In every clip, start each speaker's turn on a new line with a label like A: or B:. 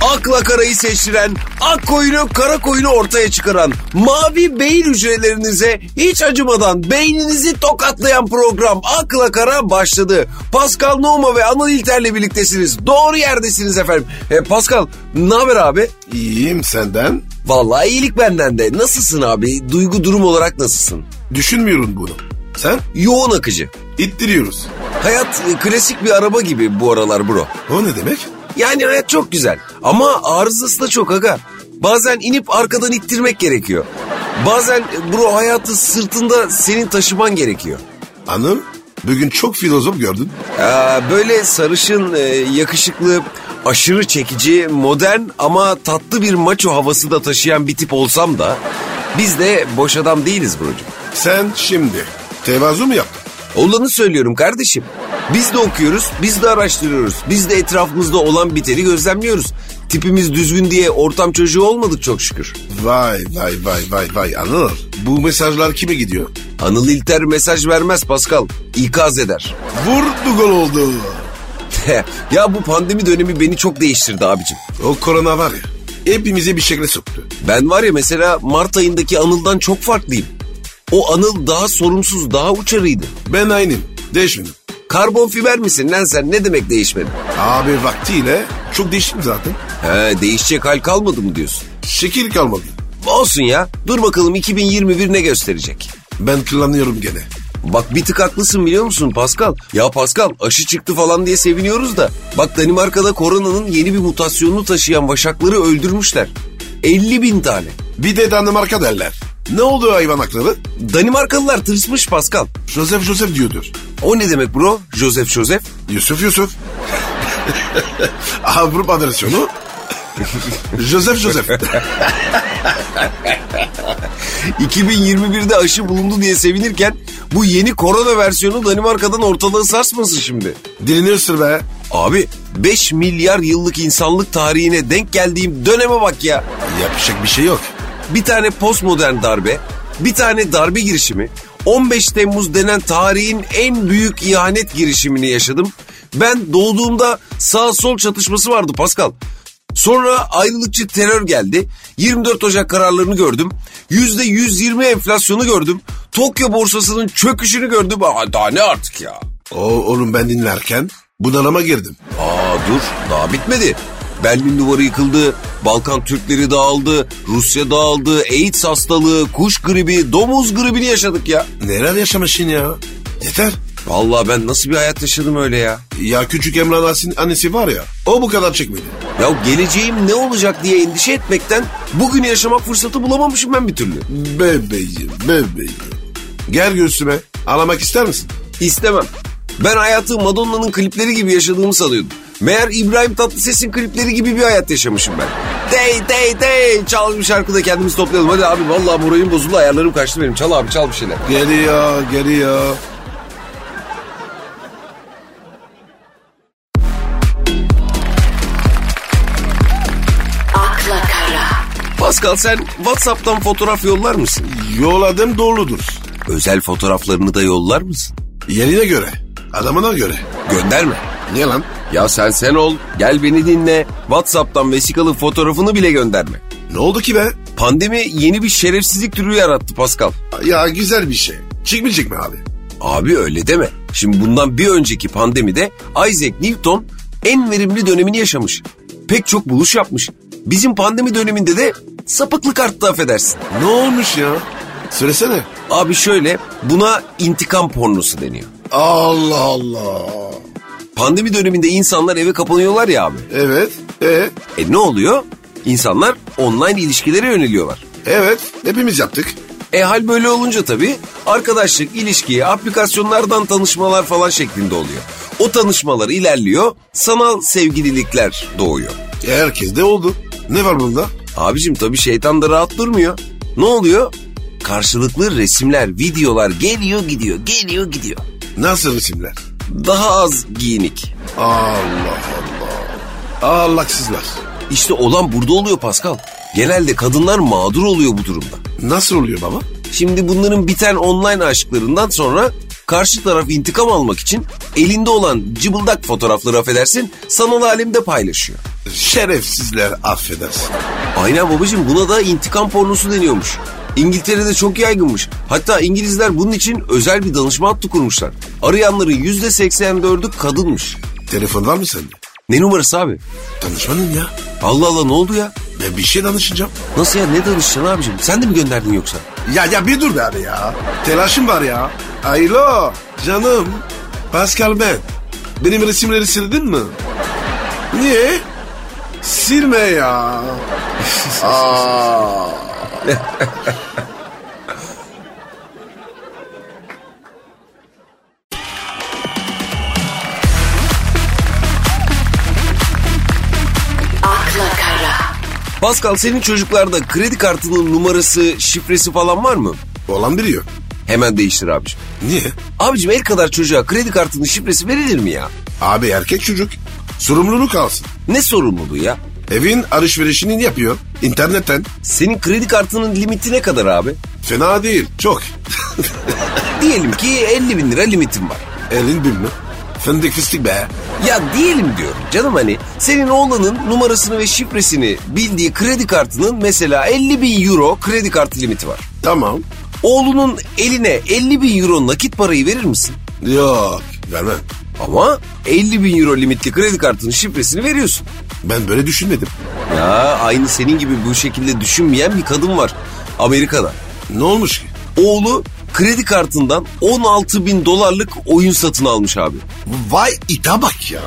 A: akla karayı seçtiren, ak koyunu kara koyunu ortaya çıkaran, mavi beyin hücrelerinize hiç acımadan beyninizi tokatlayan program Akla Kara başladı. Pascal Noma ve Anıl İlter'le birliktesiniz. Doğru yerdesiniz efendim. E, Pascal ne haber abi?
B: İyiyim senden.
A: Vallahi iyilik benden de. Nasılsın abi? Duygu durum olarak nasılsın?
B: Düşünmüyorum bunu. Sen?
A: Yoğun akıcı.
B: İttiriyoruz.
A: Hayat e, klasik bir araba gibi bu aralar bro.
B: O ne demek?
A: Yani hayat çok güzel ama arızası da çok aga. Bazen inip arkadan ittirmek gerekiyor. Bazen e, bro hayatı sırtında senin taşıman gerekiyor.
B: Anıl, bugün çok filozof gördün.
A: Ee, böyle sarışın, e, yakışıklı, aşırı çekici, modern ama tatlı bir maço havası da taşıyan bir tip olsam da biz de boş adam değiliz brocuğum.
B: Sen şimdi tevazu mu yaptın?
A: Olanı söylüyorum kardeşim. Biz de okuyoruz, biz de araştırıyoruz. Biz de etrafımızda olan biteni gözlemliyoruz. Tipimiz düzgün diye ortam çocuğu olmadık çok şükür.
B: Vay vay vay vay vay Anıl. Bu mesajlar kime gidiyor?
A: Anıl İlter mesaj vermez Pascal. İkaz eder.
B: Vurdu gol oldu.
A: ya bu pandemi dönemi beni çok değiştirdi abicim.
B: O korona var ya hepimizi bir şekle soktu.
A: Ben var ya mesela Mart ayındaki Anıl'dan çok farklıyım. O Anıl daha sorumsuz, daha uçarıydı.
B: Ben aynıyım. Değişmedim.
A: Karbon fiber misin lan sen ne demek değişmedi?
B: Abi vaktiyle çok değiştim zaten.
A: He değişecek hal kalmadı mı diyorsun?
B: Şekil kalmadı.
A: Olsun ya dur bakalım 2021 ne gösterecek?
B: Ben kullanıyorum gene.
A: Bak bir tık haklısın biliyor musun Pascal? Ya Pascal aşı çıktı falan diye seviniyoruz da. Bak Danimarka'da koronanın yeni bir mutasyonunu taşıyan vaşakları öldürmüşler. 50 bin tane.
B: Bir de Danimarka derler. Ne oldu hayvan hakları?
A: Danimarkalılar tırsmış Pascal.
B: Joseph Joseph diyordur.
A: O ne demek bro? Joseph Joseph.
B: Yusuf Yusuf. Avrupa versiyonu. Joseph Joseph.
A: 2021'de aşı bulundu diye sevinirken bu yeni korona versiyonu Danimarka'dan ortalığı sarsmasın şimdi.
B: Dilini ısır be.
A: Abi 5 milyar yıllık insanlık tarihine denk geldiğim döneme bak ya.
B: Yapacak bir şey yok.
A: Bir tane postmodern darbe, bir tane darbe girişimi, 15 Temmuz denen tarihin en büyük ihanet girişimini yaşadım. Ben doğduğumda sağ sol çatışması vardı Pascal. Sonra ayrılıkçı terör geldi. 24 Ocak kararlarını gördüm. %120 enflasyonu gördüm. Tokyo borsasının çöküşünü gördüm. Aa, daha ne artık ya?
B: O, oğlum ben dinlerken bunalıma girdim.
A: Aa dur daha bitmedi. Berlin duvarı yıkıldı, Balkan Türkleri dağıldı, Rusya dağıldı, AIDS hastalığı, kuş gribi, domuz gribini yaşadık ya.
B: Neler yaşamışsın ya? Yeter.
A: Vallahi ben nasıl bir hayat yaşadım öyle ya.
B: Ya küçük Emrah'ın annesi- annesi var ya. O bu kadar çekmedi.
A: Ya geleceğim ne olacak diye endişe etmekten bugün yaşamak fırsatı bulamamışım ben bir türlü.
B: Bebeğim bebeğim. Gel göğsüme. Alamak ister misin?
A: İstemem. Ben hayatı Madonna'nın klipleri gibi yaşadığımı sanıyordum. Meğer İbrahim Tatlıses'in klipleri gibi bir hayat yaşamışım ben. Dey dey dey çal bir şarkıda kendimizi toplayalım. Hadi abi vallahi moralim bozuldu ayarlarım kaçtı benim. Çal abi çal bir şeyler.
B: Geliyor geliyor.
C: akla kara,
A: Pascal sen Whatsapp'tan fotoğraf yollar mısın?
B: Yolladım doğrudur.
A: Özel fotoğraflarını da yollar mısın?
B: Yerine göre. Adamına göre.
A: Gönderme.
B: Niye lan?
A: Ya sen sen ol, gel beni dinle. Whatsapp'tan vesikalı fotoğrafını bile gönderme.
B: Ne oldu ki be?
A: Pandemi yeni bir şerefsizlik türü yarattı Pascal.
B: Ya güzel bir şey. Çıkmayacak mı abi?
A: Abi öyle deme. Şimdi bundan bir önceki pandemide Isaac Newton en verimli dönemini yaşamış. Pek çok buluş yapmış. Bizim pandemi döneminde de sapıklık arttı affedersin.
B: Ne olmuş ya? Söylesene.
A: Abi şöyle buna intikam pornosu deniyor.
B: Allah Allah.
A: Pandemi döneminde insanlar eve kapanıyorlar ya abi.
B: Evet. E,
A: E ne oluyor? İnsanlar online ilişkilere yöneliyorlar.
B: evet. Hepimiz yaptık.
A: E hal böyle olunca tabii arkadaşlık, ilişkiye, aplikasyonlardan tanışmalar falan şeklinde oluyor. O tanışmalar ilerliyor, sanal sevgililikler doğuyor.
B: E, herkes de oldu. Ne var bunda?
A: Abicim tabii şeytan da rahat durmuyor. Ne oluyor? Karşılıklı resimler, videolar geliyor gidiyor, geliyor gidiyor.
B: Nasıl resimler?
A: Daha az giyinik.
B: Allah Allah. Allahsızlar.
A: İşte olan burada oluyor Pascal. Genelde kadınlar mağdur oluyor bu durumda.
B: Nasıl oluyor baba?
A: Şimdi bunların biten online aşklarından sonra karşı taraf intikam almak için elinde olan cıbıldak fotoğrafları affedersin sanal alemde paylaşıyor.
B: Şerefsizler affedersin.
A: Aynen babacığım buna da intikam pornosu deniyormuş. İngiltere'de çok yaygınmış. Hatta İngilizler bunun için özel bir danışma hattı kurmuşlar. Arayanların yüzde 84'ü kadınmış.
B: Telefon var mı sende?
A: Ne numarası abi?
B: Tanışmadın ya.
A: Allah Allah ne oldu ya?
B: Ben bir şey danışacağım.
A: Nasıl ya ne danışacaksın abicim? Sen de mi gönderdin yoksa?
B: Ya ya bir dur be abi ya. Telaşım var ya. Aylo canım. Pascal ben. Benim resimleri sildin mi? Niye? Silme ya. Aa.
C: akla kara,
A: Pascal senin çocuklarda kredi kartının numarası, şifresi falan var mı?
B: Olan biliyor.
A: Hemen değiştir abicim.
B: Niye?
A: Abicim el kadar çocuğa kredi kartının şifresi verilir mi ya?
B: Abi erkek çocuk. Sorumluluk alsın.
A: Ne sorumluluğu ya?
B: Evin alışverişini yapıyor. internetten.
A: Senin kredi kartının limiti ne kadar abi?
B: Fena değil. Çok.
A: Diyelim ki 50 bin lira limitin var.
B: Elin bilme. Fındık fıstık be.
A: Ya diyelim diyorum canım hani senin oğlanın numarasını ve şifresini bildiği kredi kartının mesela 50 bin euro kredi kartı limiti var.
B: Tamam.
A: Oğlunun eline 50 bin euro nakit parayı verir misin?
B: Yok. Vermem.
A: Ama 50 bin euro limitli kredi kartının şifresini veriyorsun.
B: Ben böyle düşünmedim.
A: Ya aynı senin gibi bu şekilde düşünmeyen bir kadın var Amerika'da.
B: Ne olmuş ki?
A: Oğlu kredi kartından 16 bin dolarlık oyun satın almış abi.
B: Vay ita bak ya.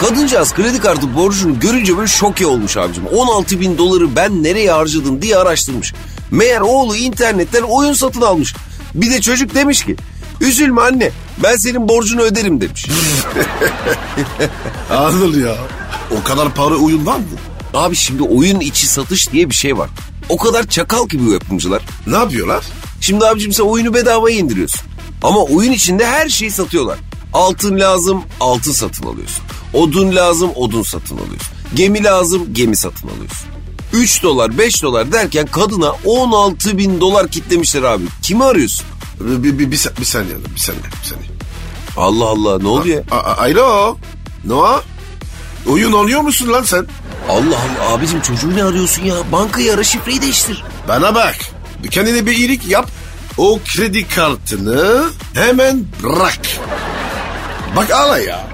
A: Kadıncağız kredi kartı borcunu görünce böyle şoke olmuş abicim. 16 bin doları ben nereye harcadım diye araştırmış. Meğer oğlu internetten oyun satın almış. Bir de çocuk demiş ki üzülme anne ben senin borcunu öderim demiş.
B: Anıl ya. O kadar para oyun var mı?
A: Abi şimdi oyun içi satış diye bir şey var. O kadar çakal ki bu yapımcılar.
B: Ne yapıyorlar?
A: Şimdi abicim sen oyunu bedavaya indiriyorsun. Ama oyun içinde her şeyi satıyorlar. Altın lazım, altın satın alıyorsun. Odun lazım, odun satın alıyorsun. Gemi lazım, gemi satın alıyorsun. 3 dolar, 5 dolar derken kadına 16 bin dolar kitlemişler abi. Kimi arıyorsun?
B: Bir, bir, bir, bir, sa- bir saniye, Anıl, bir saniye, bir saniye.
A: Allah Allah ne oluyor?
B: A- a- Alo, Noah. Oyun oynuyor musun lan sen?
A: Allah Allah abicim çocuğu ne arıyorsun ya? Bankayı ara şifreyi değiştir.
B: Bana bak. Bir Kendine bir iyilik yap. O kredi kartını hemen bırak. Bak ala ya.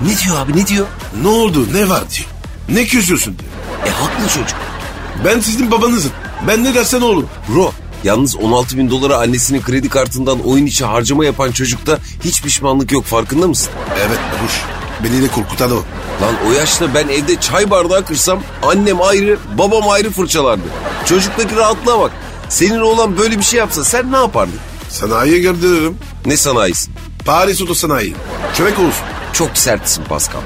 A: Ne diyor abi ne diyor?
B: Ne oldu, ne var diyor. Ne küsüyorsun diyor.
A: E haklı çocuk.
B: Ben sizin babanızım. Ben ne dersen oğlum.
A: Bro yalnız 16 bin dolara annesinin kredi kartından oyun içi harcama yapan çocukta hiç pişmanlık yok farkında mısın?
B: Evet babuş. Beni de korkutan o.
A: Lan o yaşta ben evde çay bardağı kırsam annem ayrı babam ayrı fırçalardı. Çocuktaki rahatlığa bak. Senin oğlan böyle bir şey yapsa sen ne yapardın?
B: Sanayiye gönderirim.
A: Ne sanayisin?
B: Paris otosanayi. Çömek olsun.
A: Çok sertsin Pascal.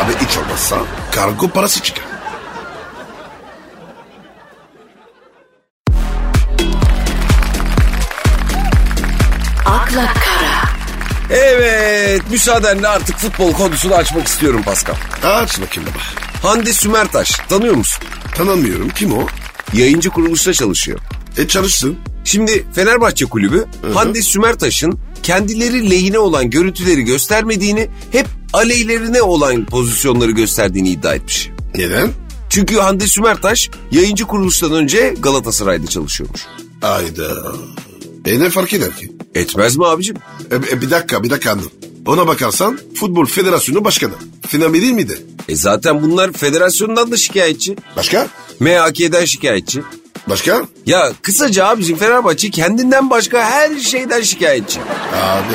B: Abi hiç olmazsa kargo parası çıkar.
C: akla kara,
A: Evet müsaadenle artık futbol konusunu açmak istiyorum Pascal.
B: Aç bakayım baba.
A: Hande Sümertaş tanıyor musun?
B: Tanımıyorum. Kim o?
A: Yayıncı kuruluşta çalışıyor.
B: E çalışsın.
A: Şimdi Fenerbahçe Kulübü Hande Sümertaş'ın kendileri lehine olan görüntüleri göstermediğini hep aleyhlerine olan pozisyonları gösterdiğini iddia etmiş.
B: Neden?
A: Çünkü Hande Sümertaş yayıncı kuruluştan önce Galatasaray'da çalışıyormuş.
B: Ayda. E ne fark eder ki?
A: Etmez mi abicim?
B: E, e, bir dakika bir dakika anladım. Ona bakarsan Futbol Federasyonu Başkanı. Finami değil miydi?
A: E zaten bunlar federasyondan da şikayetçi.
B: Başka?
A: MHK'den şikayetçi.
B: Başka?
A: Ya kısaca abicim Fenerbahçe kendinden başka her şeyden şikayetçi.
B: Abi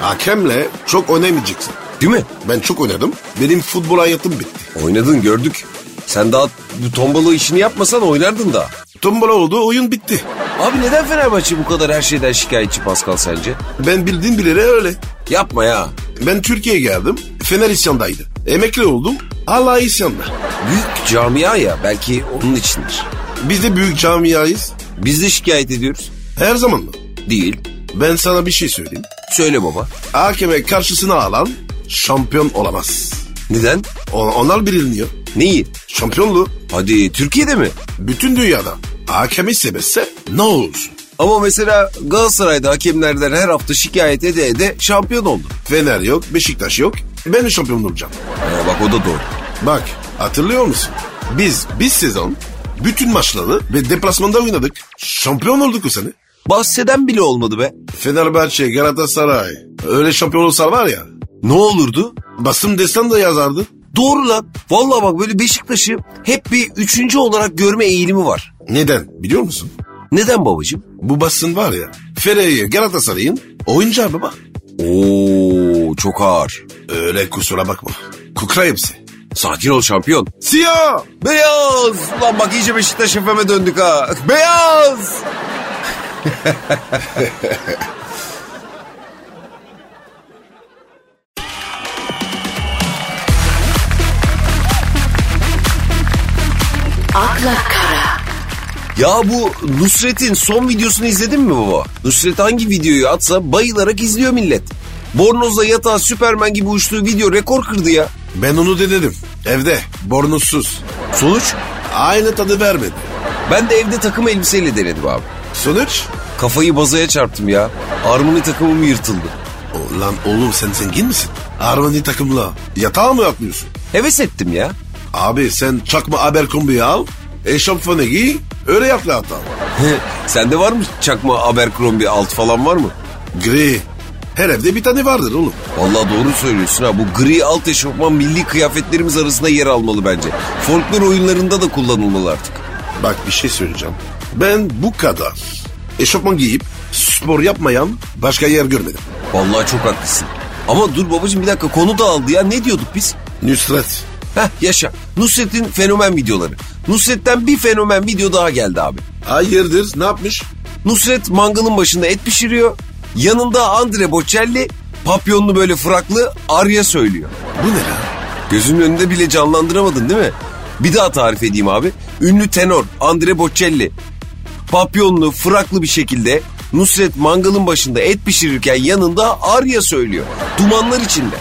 B: hakemle çok oynamayacaksın.
A: Değil mi?
B: Ben çok oynadım. Benim futbol hayatım bitti.
A: Oynadın gördük. Sen daha bu tombalı işini yapmasan oynardın da.
B: Tombala oldu oyun bitti.
A: Abi neden Fenerbahçe bu kadar her şeyden şikayetçi Pascal sence?
B: Ben bildiğim bileli öyle.
A: Yapma ya.
B: Ben Türkiye'ye geldim. Fener isyandaydı. Emekli oldum. Hala isyanda.
A: Büyük camia ya belki onun içindir.
B: Biz de büyük camiayız.
A: Biz de şikayet ediyoruz.
B: Her zaman mı?
A: Değil.
B: Ben sana bir şey söyleyeyim.
A: Söyle baba.
B: AKM karşısına alan şampiyon olamaz.
A: Neden?
B: O- Onlar biliniyor.
A: Neyi?
B: Şampiyonluğu
A: Hadi Türkiye'de mi?
B: bütün dünyada AKM'i sevmezse ne olur?
A: Ama mesela Galatasaray'da hakemlerden her hafta şikayet ede ede şampiyon oldu.
B: Fener yok, Beşiktaş yok. Ben de şampiyon olacağım.
A: Ee, bak o da doğru.
B: Bak hatırlıyor musun? Biz bir sezon bütün maçları ve deplasmanda oynadık. Şampiyon olduk o sene.
A: Bahseden bile olmadı be.
B: Fenerbahçe, Galatasaray. Öyle şampiyon olsalar var ya.
A: Ne olurdu?
B: Basım destan da yazardı.
A: Doğru lan. Vallahi bak böyle Beşiktaş'ı hep bir üçüncü olarak görme eğilimi var.
B: Neden biliyor musun?
A: Neden babacığım?
B: Bu basın var ya. Fenerbahçe, Galatasaray'ın oyuncağı baba.
A: Oo çok ağır.
B: Öyle kusura bakma. Kukra hepsi.
A: Sakin ol şampiyon.
B: Siyah.
A: Beyaz. Ulan bak iyice Beşiktaş FM'e döndük ha. Beyaz.
C: akla kara,
A: Ya bu Nusret'in son videosunu izledin mi baba? Nusret hangi videoyu atsa bayılarak izliyor millet. Bornoz'la yatağa Süpermen gibi uçtuğu video rekor kırdı ya.
B: Ben onu denedim. Evde. Bornozsuz.
A: Sonuç?
B: Aynı tadı vermedi.
A: Ben de evde takım elbiseyle denedim abi.
B: Sonuç?
A: Kafayı bazaya çarptım ya. Armoni takımım yırtıldı.
B: Lan oğlum sen zengin misin? Armani takımla yatağa mı yatmıyorsun?
A: Heves ettim ya.
B: Abi sen çakma Abercrombie'yi al, eşofmanı giy, öyle yat rahat al.
A: Sende var mı çakma Abercrombie alt falan var mı?
B: Gri. Her evde bir tane vardır oğlum.
A: Vallahi doğru söylüyorsun ha. Bu gri alt eşofman milli kıyafetlerimiz arasında yer almalı bence. Folklor oyunlarında da kullanılmalı artık.
B: Bak bir şey söyleyeceğim. Ben bu kadar eşofman giyip spor yapmayan başka yer görmedim.
A: Vallahi çok haklısın. Ama dur babacığım bir dakika konu dağıldı ya. Ne diyorduk biz?
B: Nusret.
A: Heh yaşa. Nusret'in fenomen videoları. Nusret'ten bir fenomen video daha geldi abi.
B: Hayırdır ne yapmış?
A: Nusret mangalın başında et pişiriyor. Yanında Andre Bocelli papyonlu böyle fraklı Arya söylüyor.
B: Bu ne lan?
A: Gözünün önünde bile canlandıramadın değil mi? Bir daha tarif edeyim abi. Ünlü tenor Andre Bocelli. Papyonlu, fraklı bir şekilde Nusret mangalın başında et pişirirken yanında Arya söylüyor. Dumanlar içinde.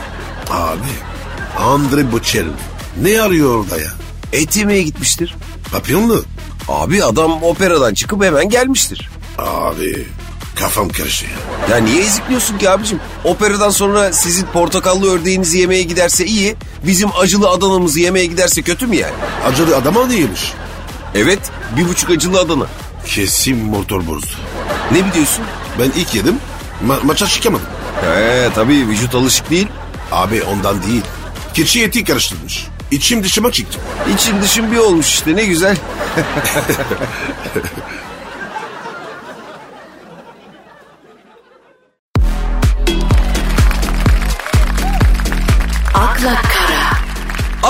B: Abi Andre Bocelli. Ne arıyor orada ya?
A: Et yemeye gitmiştir.
B: Papyonlu.
A: Abi adam operadan çıkıp hemen gelmiştir.
B: Abi kafam karışıyor.
A: Ya niye ezikliyorsun ki abicim? Operadan sonra sizin portakallı ördeğinizi yemeye giderse iyi, bizim acılı Adana'mızı yemeye giderse kötü mü yani?
B: Acılı adama neymiş?
A: Evet, bir buçuk acılı Adana.
B: Kesin motor bozdu.
A: Ne biliyorsun?
B: Ben ilk yedim ma- maça çıkamadım.
A: He tabii vücut alışık değil.
B: Abi ondan değil. Keçi eti karıştırmış. İçim dışıma çıktı.
A: İçin dışın bir olmuş işte ne güzel.
C: akla kara,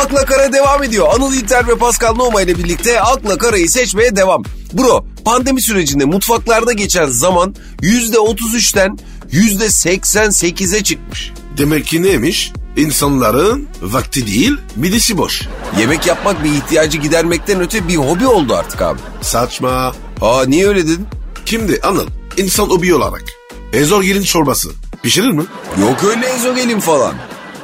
A: Akla Kara devam ediyor. Anıl İlter ve Pascal Noma ile birlikte Akla Kara'yı seçmeye devam. Bro, pandemi sürecinde mutfaklarda geçen zaman %33'ten %88'e çıkmış.
B: Demek ki neymiş? İnsanların vakti değil midesi boş.
A: Yemek yapmak bir ihtiyacı gidermekten öte bir hobi oldu artık abi.
B: Saçma.
A: Aa niye öyle dedin?
B: Şimdi anıl insan obi olarak. Ezorgelin çorbası pişirir mi?
A: Yok öyle ezogelin falan.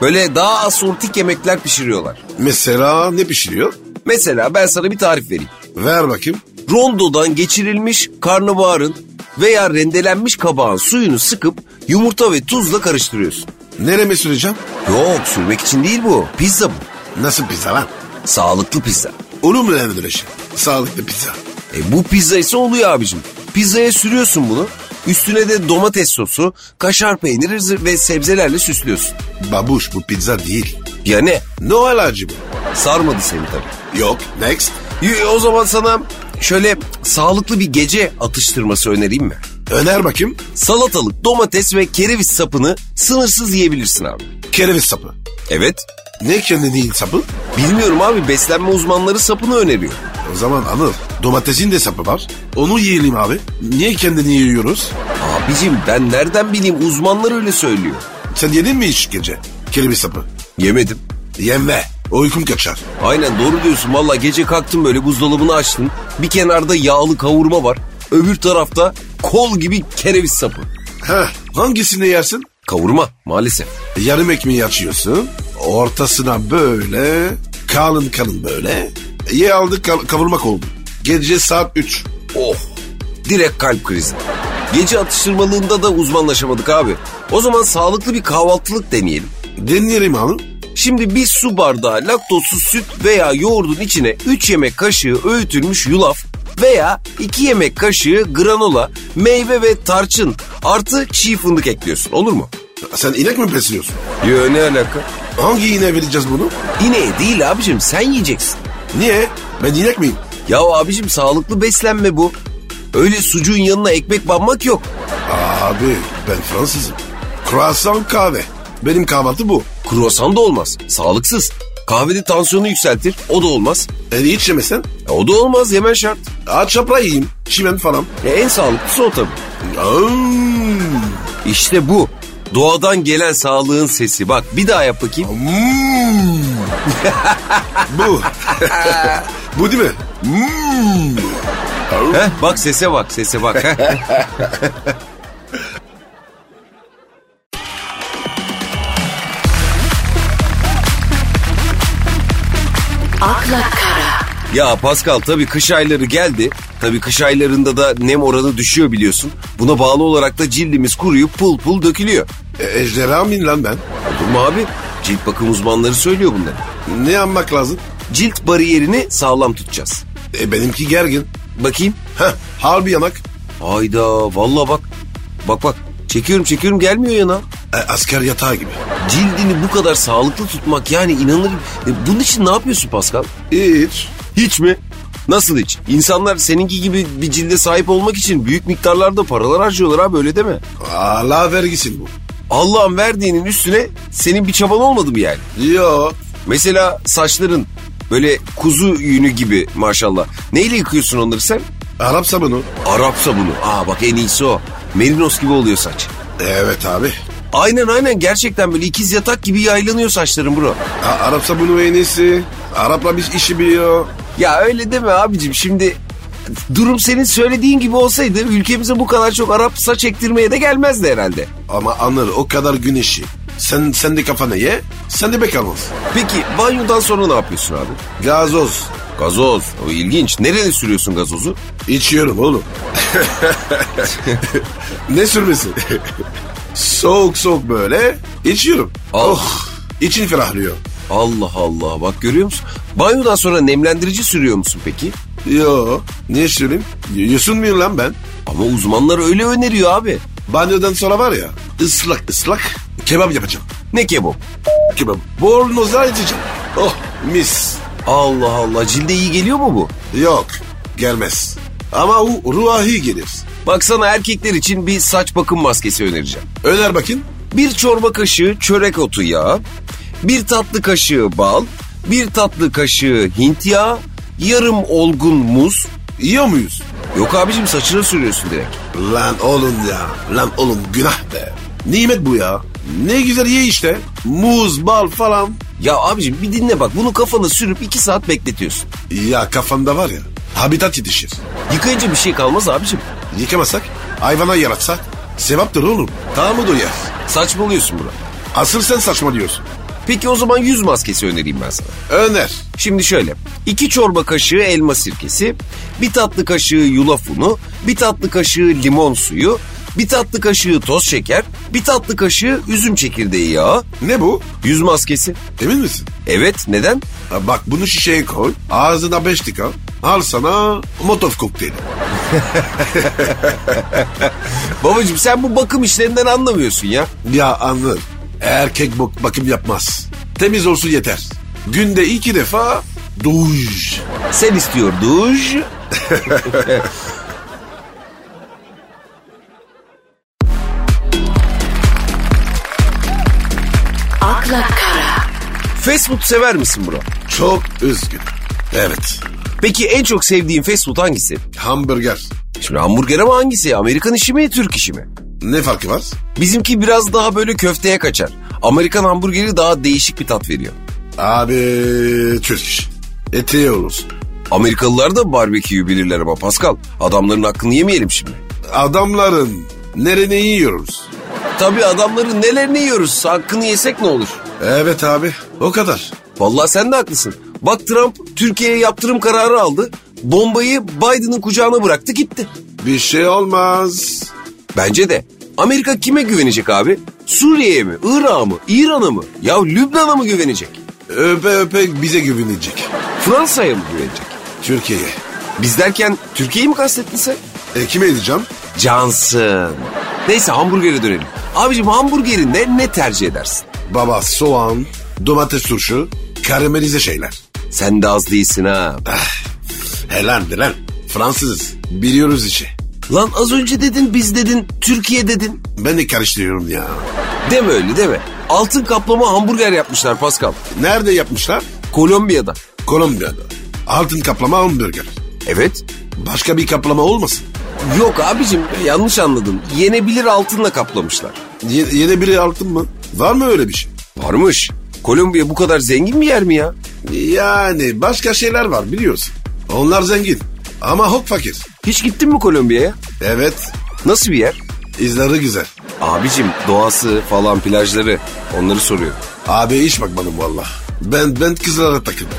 A: Böyle daha asortik yemekler pişiriyorlar.
B: Mesela ne pişiriyor?
A: Mesela ben sana bir tarif vereyim.
B: Ver bakayım.
A: Rondodan geçirilmiş karnabaharın veya rendelenmiş kabağın suyunu sıkıp yumurta ve tuzla karıştırıyorsun.
B: Nereme süreceğim?
A: Yok sürmek için değil bu. Pizza bu.
B: Nasıl pizza lan?
A: Sağlıklı pizza.
B: Olur mu lan öyle şey? Sağlıklı pizza.
A: E bu pizza ise oluyor abicim. Pizzaya sürüyorsun bunu. Üstüne de domates sosu, kaşar peyniri ve sebzelerle süslüyorsun.
B: Babuş bu pizza değil.
A: Ya ne?
B: Noel ağacı bu.
A: Sarmadı seni tabii.
B: Yok next.
A: Y- O zaman sana şöyle sağlıklı bir gece atıştırması önereyim mi?
B: Öner bakayım.
A: Salatalık, domates ve kereviz sapını sınırsız yiyebilirsin abi.
B: Kereviz sapı.
A: Evet.
B: Ne kendini değil sapı?
A: Bilmiyorum abi beslenme uzmanları sapını öneriyor.
B: O zaman Anıl domatesin de sapı var. Onu yiyelim abi. Niye kendini yiyoruz?
A: Abicim ben nereden bileyim uzmanlar öyle söylüyor.
B: Sen yedin mi hiç gece kereviz sapı?
A: Yemedim.
B: Yeme. Uykum kaçar.
A: Aynen doğru diyorsun valla gece kalktım böyle buzdolabını açtım. Bir kenarda yağlı kavurma var. Öbür tarafta kol gibi kereviz sapı.
B: Heh, hangisini yersin?
A: Kavurma maalesef.
B: Yarım ekmeği açıyorsun. Ortasına böyle kalın kalın böyle. Ye aldık kal- kavurmak oldu. Gece saat 3.
A: Oh direkt kalp krizi. Gece atıştırmalığında da uzmanlaşamadık abi. O zaman sağlıklı bir kahvaltılık deneyelim.
B: Deneyelim hanım.
A: Şimdi bir su bardağı laktozsuz süt veya yoğurdun içine 3 yemek kaşığı öğütülmüş yulaf veya 2 yemek kaşığı granola, meyve ve tarçın artı çiğ fındık ekliyorsun olur mu?
B: Sen inek mi besliyorsun?
A: Yo ne alaka?
B: Hangi ineğe vereceğiz bunu?
A: Yine değil abicim sen yiyeceksin.
B: Niye? Ben inek miyim?
A: Ya abicim sağlıklı beslenme bu. Öyle sucuğun yanına ekmek banmak yok.
B: Abi ben Fransızım. Kruasan kahve. Benim kahvaltı bu.
A: Kruvasan da olmaz. Sağlıksız. Kahvede tansiyonu yükseltir. O da olmaz.
B: Eli içemesen
A: E, o da olmaz. Yemen şart.
B: aç çapra yiyeyim. Çimen falan.
A: E, en sağlıklısı o tabii.
B: Hmm.
A: İşte bu. Doğadan gelen sağlığın sesi. Bak bir daha yap bakayım.
B: Hmm. bu. bu değil mi? Hmm.
A: Heh, bak sese bak sese bak. Heh.
C: akla kara,
A: ya Pascal tabii kış ayları geldi. Tabii kış aylarında da nem oranı düşüyor biliyorsun. Buna bağlı olarak da cildimiz kuruyup pul pul dökülüyor.
B: E, ejderha mıyım lan ben?
A: Olur mu abi? Cilt bakım uzmanları söylüyor bunları.
B: Ne yapmak lazım?
A: Cilt bariyerini sağlam tutacağız.
B: E, benimki gergin.
A: Bakayım.
B: Heh, harbi yanak.
A: Hayda vallahi bak. Bak bak. Çekiyorum çekiyorum gelmiyor yana.
B: E, asker yatağı gibi.
A: Cildini bu kadar sağlıklı tutmak yani inanılır. E, Bunun için ne yapıyorsun Pascal?
B: Hiç.
A: Hiç mi? Nasıl hiç? İnsanlar seninki gibi bir cilde sahip olmak için büyük miktarlarda paralar harcıyorlar abi öyle deme.
B: Allah vergisi bu.
A: Allah'ın verdiğinin üstüne senin bir çaban olmadı mı yani?
B: Yok.
A: Mesela saçların böyle kuzu yünü gibi maşallah. Neyle yıkıyorsun onları sen?
B: Arap sabunu.
A: Arap sabunu. Aa bak en iyisi o. Merinos gibi oluyor saç.
B: Evet abi.
A: Aynen aynen gerçekten böyle ikiz yatak gibi yaylanıyor saçların bro.
B: A- Arap sabunu en iyisi. Arapla bir işi biliyor.
A: Ya öyle deme abicim şimdi durum senin söylediğin gibi olsaydı ülkemize bu kadar çok Arap saç ektirmeye de gelmezdi herhalde.
B: Ama anır o kadar güneşi. Sen, sen de kafanı ye. Sen de bekar olsun.
A: Peki banyodan sonra ne yapıyorsun abi?
B: Gazoz.
A: Gazoz. O ilginç. Nereye sürüyorsun gazozu?
B: İçiyorum oğlum. ne sürmesi? soğuk soğuk böyle içiyorum.
A: Al.
B: Oh, için ferahlıyor.
A: Allah Allah bak görüyor musun? Banyodan sonra nemlendirici sürüyor musun peki?
B: Yo, niye süreyim? Y- yusunmuyum lan ben.
A: Ama uzmanlar öyle öneriyor abi.
B: Banyodan sonra var ya ıslak ıslak kebap yapacağım.
A: Ne kebap?
B: Kebap. Bornozlar içeceğim. Oh mis.
A: Allah Allah cilde iyi geliyor mu bu?
B: Yok gelmez. Ama o ruhi gelir.
A: Baksana erkekler için bir saç bakım maskesi önereceğim.
B: Öner bakın.
A: Bir çorba kaşığı çörek otu yağı, bir tatlı kaşığı bal, bir tatlı kaşığı Hint yağı, yarım olgun muz.
B: Yiyor muyuz?
A: Yok abicim saçına sürüyorsun direkt.
B: Lan oğlum ya. Lan oğlum günah be. Nimet bu ya. Ne güzel ye işte. Muz, bal falan.
A: Ya abicim bir dinle bak bunu kafana sürüp iki saat bekletiyorsun.
B: Ya kafamda var ya. Habitat yetişir.
A: Yıkayınca bir şey kalmaz abicim.
B: Yıkamasak, hayvana yaratsak. Sevaptır oğlum. Tamamı doyar.
A: Saçmalıyorsun buna.
B: Asıl sen saçmalıyorsun.
A: Peki o zaman yüz maskesi önereyim ben sana.
B: Öner.
A: Şimdi şöyle. 2 çorba kaşığı elma sirkesi, bir tatlı kaşığı yulaf unu, bir tatlı kaşığı limon suyu, bir tatlı kaşığı toz şeker, bir tatlı kaşığı üzüm çekirdeği yağı,
B: Ne bu?
A: yüz maskesi.
B: Emin misin?
A: Evet neden?
B: Ha bak bunu şişeye koy. Ağzına beş tıka. Al sana motov kokteyli.
A: Babacım sen bu bakım işlerinden anlamıyorsun ya.
B: Ya anlı. Erkek bak bakım yapmaz. Temiz olsun yeter. Günde iki defa duş.
A: Sen istiyor duş.
C: akla kara,
A: Fast food sever misin bro?
B: Çok üzgün. Evet.
A: Peki en çok sevdiğin fast food hangisi?
B: Hamburger.
A: Şimdi hamburger ama hangisi? Amerikan işi mi, Türk işi mi?
B: Ne farkı var?
A: Bizimki biraz daha böyle köfteye kaçar. Amerikan hamburgeri daha değişik bir tat veriyor.
B: Abi Türk iş. Eti olur.
A: Amerikalılar da barbeküyü bilirler ama Pascal. Adamların hakkını yemeyelim şimdi.
B: Adamların nereni yiyoruz?
A: Tabii adamların nelerini yiyoruz. Hakkını yesek ne olur?
B: Evet abi o kadar.
A: Vallahi sen de haklısın. Bak Trump Türkiye'ye yaptırım kararı aldı. Bombayı Biden'ın kucağına bıraktı gitti.
B: Bir şey olmaz.
A: Bence de. Amerika kime güvenecek abi? Suriye'ye mi, Irak'a mı, İran'a mı, ya Lübnan'a mı güvenecek?
B: Öpe öpe bize güvenecek.
A: Fransa'ya mı güvenecek?
B: Türkiye'ye.
A: Biz derken Türkiye'yi mi kastettin sen?
B: E kime edeceğim?
A: Cansın. Neyse hamburgere dönelim. Abicim hamburgeri ne, ne tercih edersin?
B: Baba soğan, domates turşu, karamelize şeyler.
A: Sen de az değilsin ha.
B: Helal lan. Fransızız. Biliyoruz işi.
A: Lan az önce dedin biz dedin Türkiye dedin.
B: Ben de karıştırıyorum ya.
A: Deme öyle deme. Altın kaplama hamburger yapmışlar Pascal.
B: Nerede yapmışlar?
A: Kolombiya'da.
B: Kolombiya'da. Altın kaplama hamburger.
A: Evet.
B: Başka bir kaplama olmasın.
A: Yok abicim yanlış anladın. Yenebilir altınla kaplamışlar.
B: Ye- yine biri altın mı? Var mı öyle bir şey?
A: Varmış. Kolombiya bu kadar zengin bir yer mi ya?
B: Yani başka şeyler var biliyorsun. Onlar zengin ama hop fakir.
A: Hiç gittin mi Kolombiya'ya?
B: Evet
A: Nasıl bir yer?
B: izleri güzel.
A: Abicim doğası falan plajları onları soruyor.
B: Abi iş bakmadım valla. Ben ben kızlara takıldım.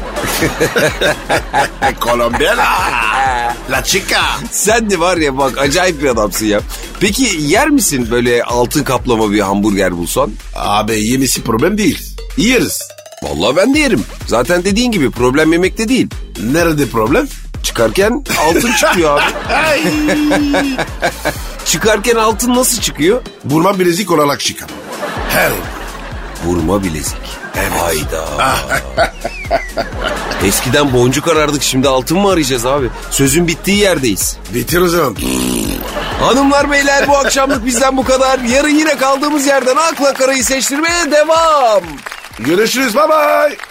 B: Kolombiyana. E, La chica.
A: Sen de var ya bak acayip bir adamsın ya. Peki yer misin böyle altın kaplama bir hamburger bulsan?
B: Abi yemesi problem değil. Yeriz.
A: Vallahi ben de yerim. Zaten dediğin gibi problem yemekte değil.
B: Nerede problem?
A: Çıkarken altın çıkıyor abi.
B: Ay.
A: Çıkarken altın nasıl çıkıyor?
B: Burma bilezik olarak çıkar. Her.
A: Vurma bilezik. Hayda. Eskiden boncuk arardık şimdi altın mı arayacağız abi? Sözün bittiği yerdeyiz.
B: Bitir o zaman.
A: Hanımlar beyler bu akşamlık bizden bu kadar. Yarın yine kaldığımız yerden akla karayı seçtirmeye devam.
B: Görüşürüz bye bye.